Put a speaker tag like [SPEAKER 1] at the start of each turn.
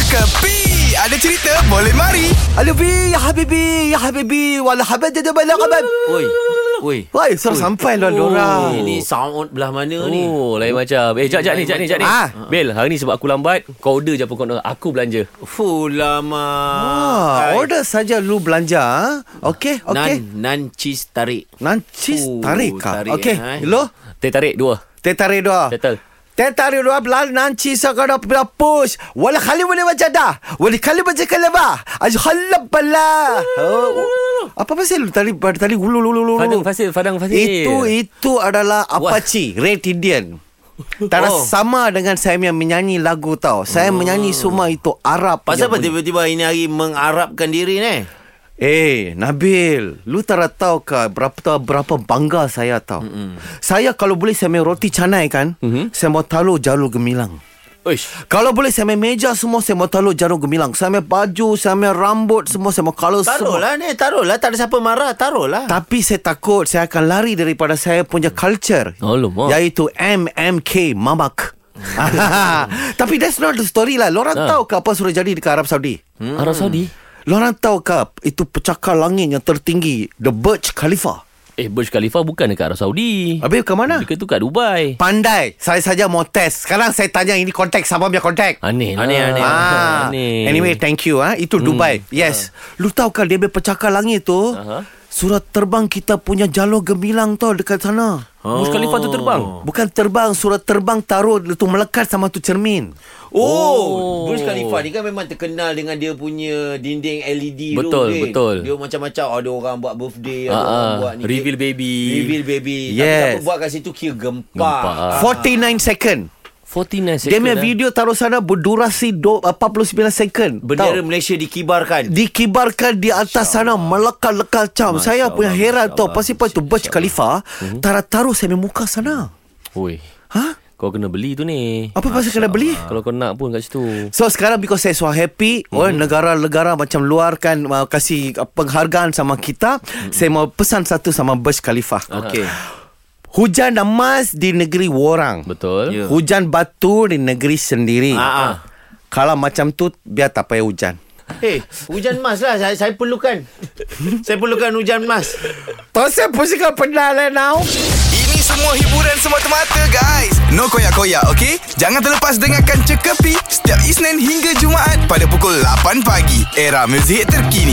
[SPEAKER 1] Kepi Ada cerita boleh mari
[SPEAKER 2] Alu bi, ya habibi, ya habibi, wala habad ada bala kabab.
[SPEAKER 3] Oi. Oi.
[SPEAKER 2] Wai, suruh sampai lah
[SPEAKER 3] Oh,
[SPEAKER 2] dorang.
[SPEAKER 3] Ini sound belah mana ni?
[SPEAKER 4] Eh, Oh, lain macam. Eh, jap, jap ni, jap ni, jap ni.
[SPEAKER 2] Ah.
[SPEAKER 4] Bil, hari ni sebab aku lambat, kau order je apa kau nak. Aku belanja.
[SPEAKER 3] Fuh lama.
[SPEAKER 2] Ah,
[SPEAKER 3] Hai.
[SPEAKER 2] order saja lu belanja. ah. Okey, okey.
[SPEAKER 3] Nan nan cheese tarik.
[SPEAKER 2] Nancis
[SPEAKER 3] Oh,
[SPEAKER 2] tarik ka.
[SPEAKER 3] tarik,
[SPEAKER 2] Okey,
[SPEAKER 3] eh.
[SPEAKER 2] lu
[SPEAKER 4] Teh tarik dua.
[SPEAKER 2] teh tarik dua.
[SPEAKER 4] Settle.
[SPEAKER 2] Teh tarik dua belal nancis ka dah bila push. Wala khali wala wajada. Wala khali baje kalaba. Aj khalab bala. Oh, Apa pasal lu tadi tadi gulu gulu gulu.
[SPEAKER 4] Fadang Fasil, Fadang Fasil.
[SPEAKER 2] Itu itu adalah Apache Red Indian. Tak ada
[SPEAKER 3] Oh.
[SPEAKER 2] sama dengan saya yang menyanyi lagu tau. Saya menyanyi semua itu Arab.
[SPEAKER 3] Pasal apa
[SPEAKER 2] punya.
[SPEAKER 4] Ya,
[SPEAKER 3] tiba-tiba ini hari mengarabkan diri ni?
[SPEAKER 2] Eh, Nabil, lu tak ada tahu ke berapa tahu berapa bangga saya tahu. Mm-hmm. Saya kalau boleh saya main roti canai kan, mm-hmm. saya mau taruh jalur gemilang.
[SPEAKER 4] Uish.
[SPEAKER 2] Kalau boleh saya main meja semua saya mau taruh jalur gemilang. Saya main baju, saya main rambut semua saya mau kalau semua.
[SPEAKER 3] Taruhlah ni, taruhlah. Tak ada siapa marah, taruhlah.
[SPEAKER 2] Tapi saya takut saya akan lari daripada saya punya culture.
[SPEAKER 4] Alamak.
[SPEAKER 3] Ya.
[SPEAKER 2] Iaitu MMK, mamak. Tapi that's not the story lah. Lorang
[SPEAKER 4] Ah.
[SPEAKER 2] tahu ke apa sudah jadi dekat Arab Saudi?
[SPEAKER 4] Hmm. Arab Saudi.
[SPEAKER 2] Lorang tahu ke itu pecakar langit yang tertinggi, the Burj Khalifa.
[SPEAKER 3] Hmm.
[SPEAKER 4] Eh, Burj Khalifa bukan dekat Arab Saudi.
[SPEAKER 2] Habis ke mana?
[SPEAKER 4] Dekat tu kat Dubai.
[SPEAKER 2] Pandai. Saya saja mau test. Sekarang saya tanya ini konteks sama punya konteks.
[SPEAKER 4] Aneh lah.
[SPEAKER 3] Aneh, aneh.
[SPEAKER 2] Ah.
[SPEAKER 4] Aneh. Hmm.
[SPEAKER 2] Anyway, thank you ah. Itu Dubai. Yes. Lu tahu kan dia punya pecakar langit tu?
[SPEAKER 4] Aha.
[SPEAKER 2] Surat terbang kita punya jalur gemilang tau dekat sana. Oh.
[SPEAKER 4] Burj Khalifa tu terbang.
[SPEAKER 2] Bukan terbang, surat terbang taruh tu melekat sama tu cermin.
[SPEAKER 3] Oh, Burj Khalifa ni kan memang terkenal dengan dia punya dinding E LED tu.
[SPEAKER 4] Betul,
[SPEAKER 3] Din.
[SPEAKER 4] betul.
[SPEAKER 3] Dia macam-macam ada orang buat birthday, ada
[SPEAKER 4] Ah,
[SPEAKER 3] orang
[SPEAKER 4] ah.
[SPEAKER 3] buat ni.
[SPEAKER 4] Reveal baby.
[SPEAKER 3] Reveal baby. Tapi
[SPEAKER 2] Yes.
[SPEAKER 3] siapa buat kat situ kira gempar.
[SPEAKER 4] Gempar.
[SPEAKER 3] Ah.
[SPEAKER 2] 49 second.
[SPEAKER 4] 49 second.
[SPEAKER 2] Dia punya
[SPEAKER 4] lah.
[SPEAKER 2] video taruh sana berdurasi do- 49 second.
[SPEAKER 3] Bendera
[SPEAKER 2] Tahu?
[SPEAKER 3] Malaysia dikibarkan.
[SPEAKER 2] dikibarkan di atas sana melekat-lekat cam. Saya punya heran tau. Pasti pas tu Burj Khalifa
[SPEAKER 4] Hmm.
[SPEAKER 2] taruh taruh saya punya muka sana.
[SPEAKER 4] Oi.
[SPEAKER 2] Ha?
[SPEAKER 4] Kau kena beli tu ni.
[SPEAKER 2] Apa pasal kena beli?
[SPEAKER 4] Kalau kau nak pun kat situ.
[SPEAKER 2] So sekarang because saya so happy mm-hmm.
[SPEAKER 3] Mhm.
[SPEAKER 2] oh, Negara-negara macam luar kan uh, Kasih uh, penghargaan sama kita
[SPEAKER 3] Mhm.
[SPEAKER 2] mm-hmm. Saya mau pesan satu sama Burj Khalifa
[SPEAKER 3] Okey.
[SPEAKER 2] Hujan emas di negeri orang
[SPEAKER 4] Betul.
[SPEAKER 3] Ya.
[SPEAKER 2] Hujan batu di negeri sendiri
[SPEAKER 3] Ah, ah.
[SPEAKER 2] Kalau macam tu Biar tak payah hujan
[SPEAKER 3] Eh, hujan emas lah. Saya, saya perlukan. saya perlukan hujan emas.
[SPEAKER 2] Tak saya pusingkan pernah lah now
[SPEAKER 1] Ini semua hiburan semata-mata guys No koyak-koyak ok Jangan terlepas dengarkan Cekapi Setiap Isnin hingga Jumaat Pada pukul 8 pagi Era muzik terkini